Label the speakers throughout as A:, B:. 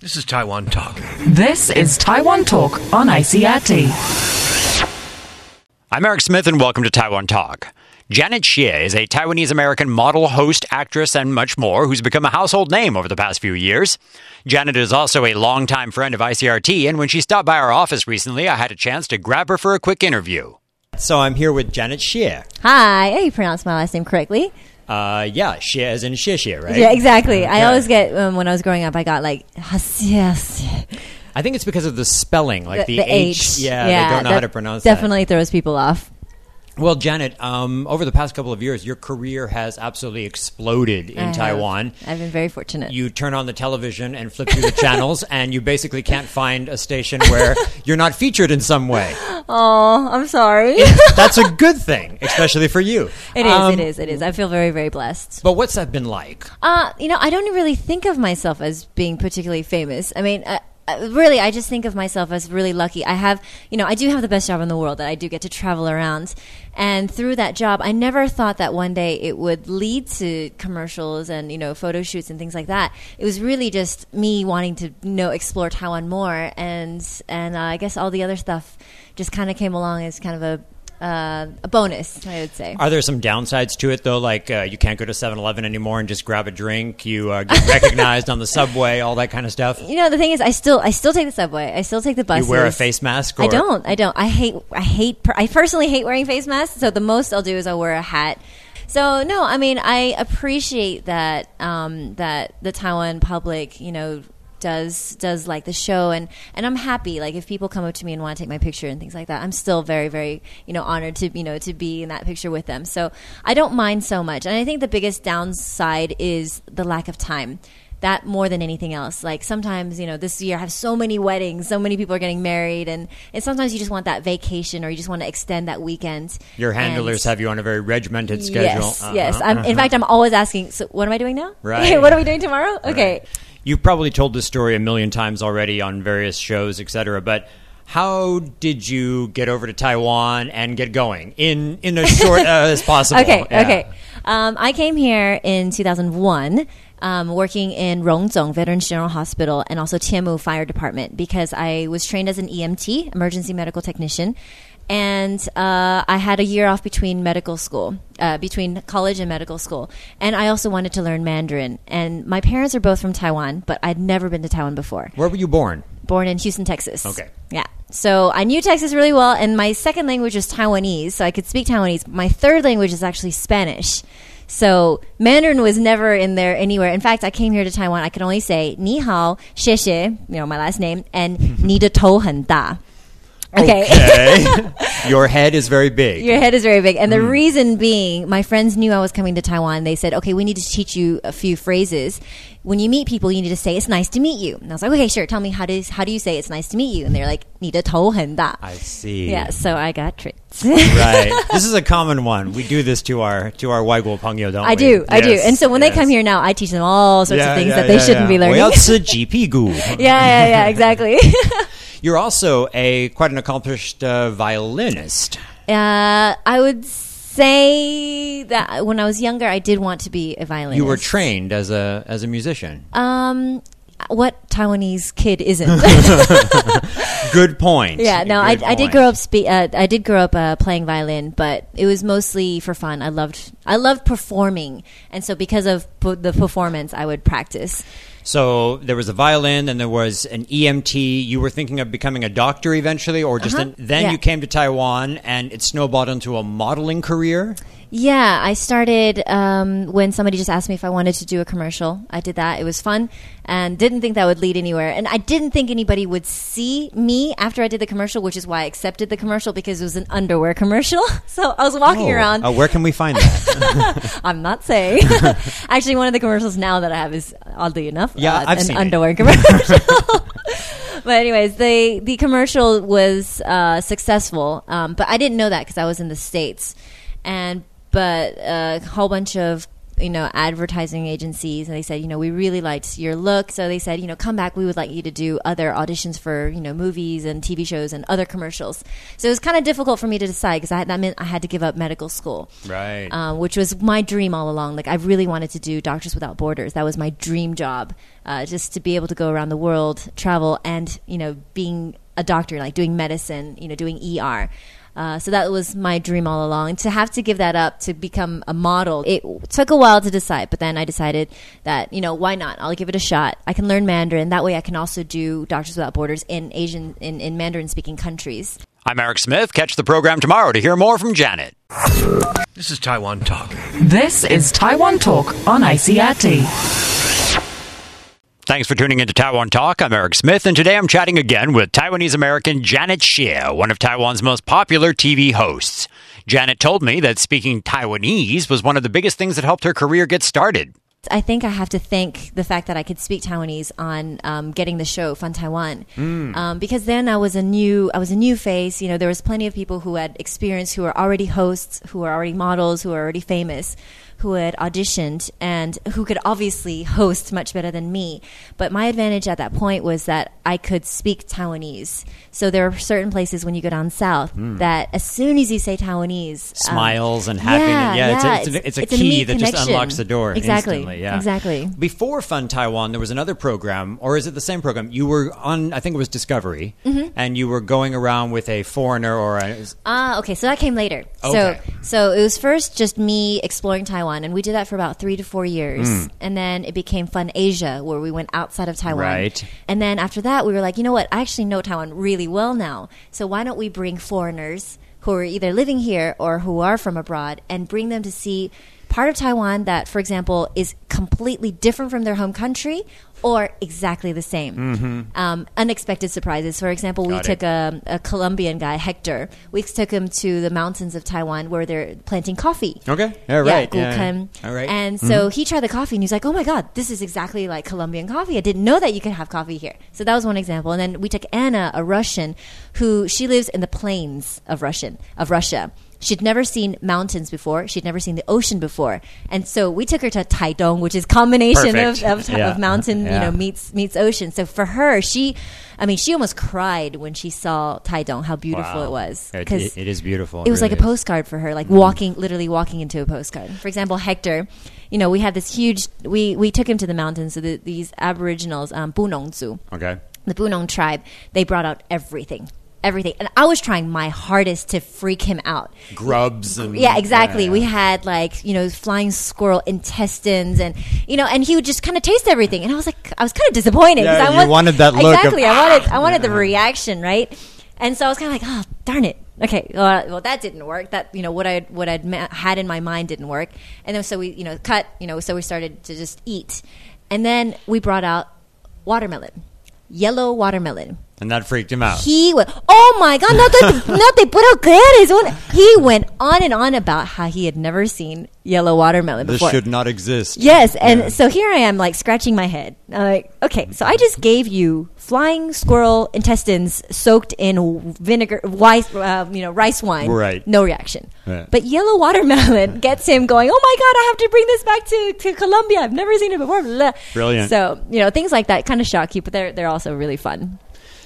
A: This is Taiwan Talk.
B: This is Taiwan Talk on ICRT.
C: I'm Eric Smith, and welcome to Taiwan Talk. Janet Xie is a Taiwanese American model, host, actress, and much more who's become a household name over the past few years. Janet is also a longtime friend of ICRT, and when she stopped by our office recently, I had a chance to grab her for a quick interview. So I'm here with Janet Xie.
D: Hi, hey, you pronounced my last name correctly.
C: Uh, yeah, Xie as in Xie Xie, right?
D: Yeah, exactly. I always get um, when I was growing up, I got like yes, yes,
C: I think it's because of the spelling, like the, H. Yeah, they don't know
D: that
C: how to pronounce that.
D: Definitely throws people off.
C: Well, Janet, um, over the past couple of years, your career has absolutely exploded in
D: I have-
C: Taiwan.
D: I've been very fortunate.
C: You turn on the television and flip through the channels, and you basically can't find a station where you're not featured in some way.
D: oh, I'm sorry.
C: That's a good thing, especially for you.
D: It is.
C: Um,
D: it is. It is. I feel very, very blessed.
C: But what's that been like?
D: Uh, you know, I don't really think of myself as being particularly famous. I mean, I, I, really, I just think of myself as really lucky. I have, you know, I do have the best job in the world that I do get to travel around. And through that job, I never thought that one day it would lead to commercials and, you know, photo shoots and things like that. It was really just me wanting to you know explore Taiwan more. And, and uh, I guess all the other stuff just kind of came along as kind of a, uh, a bonus, I would say.
C: Are there some downsides to it, though? Like uh, you can't go to 7 Eleven anymore and just grab a drink, you uh, get recognized on the subway, all that kind of stuff.
D: you know the thing is i still i still take the subway i still take the bus
C: You wear a face mask? Or,
D: i don't i don't i hate i hate per- i personally hate wearing face masks so the most i'll do is i'll wear a hat so no i mean i appreciate that um that the taiwan public you know does does like the show and and i'm happy like if people come up to me and want to take my picture and things like that i'm still very very you know honored to you know to be in that picture with them so i don't mind so much and i think the biggest downside is the lack of time that more than anything else. Like sometimes, you know, this year I have so many weddings, so many people are getting married, and, and sometimes you just want that vacation or you just want to extend that weekend.
C: Your handlers
D: And-
C: have you on a very regimented schedule.
D: Yes,
C: Uh-huh.
D: yes. I'm, In fact, I'm always asking, so what am I doing now?
C: Right.
D: what are we doing tomorrow? Okay.
C: You've probably told this story a million times already on various shows, etc. But how did you get over to Taiwan and get going in in as short uh, as possible?
D: Okay,
C: Yeah.
D: okay. Um, I came here in 2001. Um, working in Rongzhong Veterans General Hospital and also Tiamu Fire Department because I was trained as an EMT, emergency medical technician, and uh, I had a year off between medical school, uh, between college and medical school, and I also wanted to learn Mandarin. And my parents are both from Taiwan, but I'd never been to Taiwan before
C: Where were you born?
D: born in Houston, Texas.
C: Okay.
D: Yeah. So I knew Texas really well, and my second language was Taiwanese, so I could speak Taiwanese. My third language is actually Spanish. So Mandarin was never in there anywhere. In fact, I came here to Taiwan. I could only say ni hao, xie xie, you know, my last name, and ni de tou hen da. okay.
C: Okay. Your head is very big.
D: Your head is very big. And
C: Mm.
D: the reason being, my friends knew I was coming to Taiwan. They said, okay, we need to teach you a few phrases. When you meet people, you need to say, it's nice to meet you. And I was like, okay, sure. Tell me, how, does, how do you say it's nice to meet you? And they're like, 你的头很大.
C: I see.
D: Yeah, so I got tricked.
C: Right. this is a common one. We do this to our to our Waiguo Pangyo, don't
D: I
C: we?
D: do, I do.
C: Yes,
D: And so when
C: yes.
D: they come here now, I teach them all sorts
C: Yeah,
D: of things
C: yeah,
D: that they
C: yeah,
D: shouldn't
C: yeah.
D: be learning.
C: 我要吃鸡屁股。
D: yeah, yeah, yeah, exactly.
C: You're also a quite an accomplished uh, violinist.
D: uh, I would say that when I was younger, I did want to be a violinist.
C: You were trained as a as a musician.
D: um, what Taiwanese kid isn't?
C: Good point.
D: Yeah, no, I,
C: Good
D: I did
C: point.
D: grow up. Spe- uh, I did grow up uh, playing violin, but it was mostly for fun. I loved I loved performing, and so because of p- the performance, I would practice.
C: So there was a violin, and there was an EMT. You were thinking of becoming a doctor eventually, or just
D: Uh-huh.
C: an, then
D: Yeah.
C: you came to Taiwan, and it snowballed into a modeling career.
D: Yeah, I started um, when somebody just asked me if I wanted to do a commercial. I did that. It was fun and didn't think that would lead anywhere. And I didn't think anybody would see me after I did the commercial, which is why I accepted the commercial because it was an underwear commercial. So I was walking around.
C: Uh, where can we find that?
D: I'm not saying. Actually, one of the commercials now that I have is oddly enough,
C: Yeah,
D: uh,
C: I've
D: an
C: seen it.
D: underwear commercial. but anyways, the the commercial was uh, successful, um, but I didn't know that because I was in the states, and but uh, a whole bunch of you know advertising agencies and they said you know we really liked your look so they said you know come back we would like you to do other auditions for you know movies and tv shows and other commercials so it was kind of difficult for me to decide because that meant i had to give up medical school
C: Right.
D: uh, which was my dream all along like i really wanted to do doctors without borders that was my dream job uh, just to be able to go around the world travel and you know being a doctor like doing medicine you know doing er uh, so that was my dream all along. And to have to give that up to become a model, it took a while to decide. But then I decided that, you know, why not? I'll give it a shot. I can learn Mandarin. That way I can also do Doctors Without Borders in Asian, in, in Mandarin speaking countries.
C: I'm Eric Smith. Catch the program tomorrow to hear more from Janet.
A: This is Taiwan Talk.
B: This is Taiwan Talk on ICRT.
C: Thanks for tuning into Taiwan Talk. I'm Eric Smith, and today I'm chatting again with Taiwanese American Janet Xie, one of Taiwan's most popular TV hosts. Janet told me that speaking Taiwanese was one of the biggest things that helped her career get started.
D: I think I have to thank the fact that I could speak Taiwanese on um, getting the show Fun Taiwan, um, because then I was a new I was a new face. You know, there was plenty of people who had experience, who were already hosts, who were already models, who were already famous, who had auditioned, and who could obviously host much better than me. But my advantage at that point was that I could speak Taiwanese. So there are certain places when you go down south that as soon as you say Taiwanese, um,
C: Smiles and happiness. Yeah, it's a- it's a- it's a key
D: neat
C: that just
D: connection.
C: unlocks the door
D: Exactly.
C: instantly, yeah.
D: Exactly.
C: Before Fun Taiwan, there was another program, or is it the same program? You were on, I think it was Discovery,
D: Mm-hmm.
C: and you were going around with a foreigner or a.
D: Ah, okay. So that came later.
C: Okay.
D: So so it was first just me exploring Taiwan, and we did that for about three to four years,
C: Hmm.
D: and then it became Fun Asia, where we went outside of Taiwan.
C: Right.
D: And then after that, we were like, you know what? I actually know Taiwan really well now. So why don't we bring foreigners who are either living here or who are from abroad and bring them to see part of Taiwan that, for example, is completely different from their home country or exactly the same. Um, unexpected surprises. For example, we
C: Got it.
D: took a, a Colombian guy, Hector. We took him to the mountains of Taiwan where they're planting coffee.
C: Okay. Yeah, right. Yeah.
D: Gulkan.
C: All right.
D: And
C: Mm-hmm.
D: so he tried the coffee and he's like, oh my God, this is exactly like Colombian coffee. I didn't know that you could have coffee here. So that was one example. And then we took Anna, a Russian, who she lives in the plains of Russian, of Russia. She'd never seen mountains before. She'd never seen the ocean before. And so we took her to Taidong, which is combination of,
C: Perfect.
D: of,
C: Yeah.
D: of mountain, you
C: Yeah.
D: know, meets, meets ocean. So for her, she, I mean, she almost cried when she saw Taidong, how beautiful
C: Wow.
D: it was.
C: It-
D: 'Cause-
C: it- it is beautiful.
D: it was
C: really
D: like a
C: is.
D: postcard for her, like walking, literally walking into a postcard. For example, Hector, you know, we had this huge. We we took him to the mountains. So the, these Aboriginals, um, Bunongzu,
C: Okay.
D: the Bunong tribe, they brought out everything, everything, and I was trying my hardest to freak him out.
C: Grubs and.
D: Yeah, exactly.
C: yeah.
D: We had like you know flying squirrel intestines, and you know, and he would just kind of taste everything. And I was like, I was kind of disappointed. 'cause
C: Yeah,
D: I
C: you wanted that look of,
D: Exactly. I wanted, I wanted the reaction, right? And so I was kind of like, oh, darn it. Okay, well, well, that didn't work. That you know what I what I'd ma- had in my mind didn't work. And then so we you know cut you know so we started to just eat, and then we brought out watermelon, yellow watermelon.
C: And that freaked him out.
D: He went, oh my god, no te, no te puedo creer. Es un-" He went on and on about how he had never seen yellow watermelon
C: this
D: before.
C: should not exist.
D: yes, and so here I am, like scratching my head. I'm like, okay, so I just gave you flying squirrel intestines soaked in vinegar, rice, uh, you know, rice wine.
C: Right.
D: No reaction.
C: Yeah.
D: But yellow watermelon gets him going. Oh my god, I have to bring this back to, to Colombia. I've never seen it before. Blah.
C: Brilliant.
D: So you know, things like that kind of shock you, but they're they're also really fun.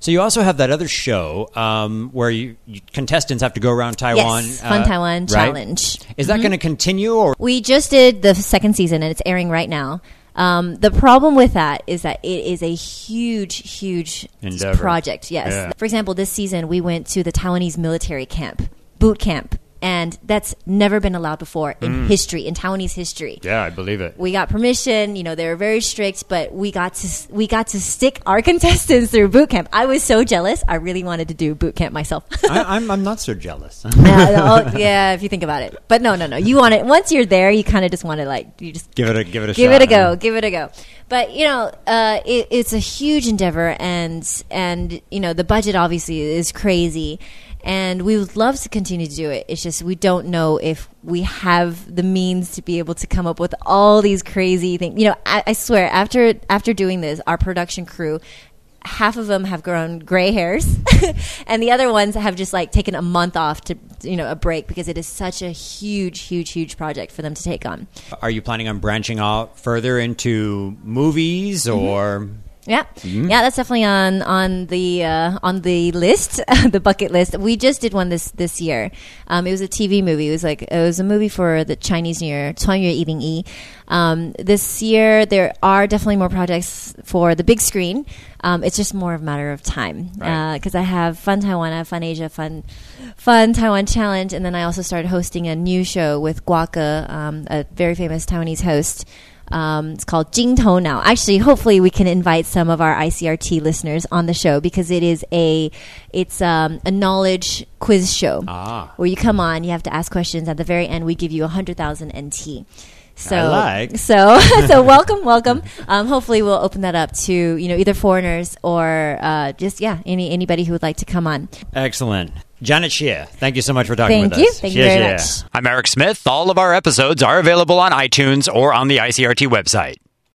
C: So you also have that other show um, where you, you contestants have to go around Taiwan.
D: Yes, Fun Taiwan
C: uh, right?
D: Challenge. Mm-hmm.
C: Is that going to continue or
D: We just did the second season and it's airing right now. Um, the problem with that is that it is a huge, huge
C: Endeavor.
D: project. Yes.
C: Yeah.
D: For example, this season we went to the Taiwanese military camp, boot camp, and that's never been allowed before in history, in Taiwanese history.
C: Mm. Yeah, I believe it.
D: We got permission. You know, they were very strict, but we got to we got to stick our contestants through boot camp. I was so jealous. I really wanted to do boot camp myself.
C: I, I'm, I'm not so jealous.
D: yeah, oh, yeah, if you think about it. But no, no, no. You want it once you're there. You kind of just want to like you just
C: give it a give it a
D: give
C: shot.
D: it a go, give it a go. But you know, uh, it, it's a huge endeavor, and and you know the budget obviously is crazy, and we would love to continue to do it. It's just we don't know if we have the means to be able to come up with all these crazy things. You know, I, I swear after after doing this, our production crew half of them have grown gray hairs and the other ones have just like taken a month off to you know a break because it is such a huge huge huge project for them to take on
C: Are you planning on branching out further into movies
D: Mm-hmm.
C: or?
D: Yeah, yeah, that's definitely on on the uh, on the list, the bucket list. We just did one this this year. Um, it was a TV movie. It was like it was a movie for the Chinese New Year, 穿越一零一. Um, this year there are definitely more projects for the big screen. Um, it's just more of a matter of time Uh,
C: Right.
D: because I have Fun Taiwan, I have Fun Asia, Fun Fun Taiwan Challenge, and then I also started hosting a new show with Guaca, um, a very famous Taiwanese host. Um, it's called Jing Tou Now. Actually, hopefully, we can invite some of our ICRT listeners on the show because it is a it's um, a knowledge quiz show
C: Ah.
D: where you come on, you have to ask questions. At the very end, we give you hundred thousand NT. So
C: I like.
D: so so welcome welcome um, hopefully we'll open that up to you know either foreigners or uh, just yeah any anybody who would like to come on
C: Excellent. Janet Shea, thank you so much for talking
D: Thank
C: with
D: you.
C: us.
D: Thank you
C: Shea
D: very
C: Shea.
D: much.
C: I'm Eric Smith. All of our episodes are available on iTunes or on the ICRT website.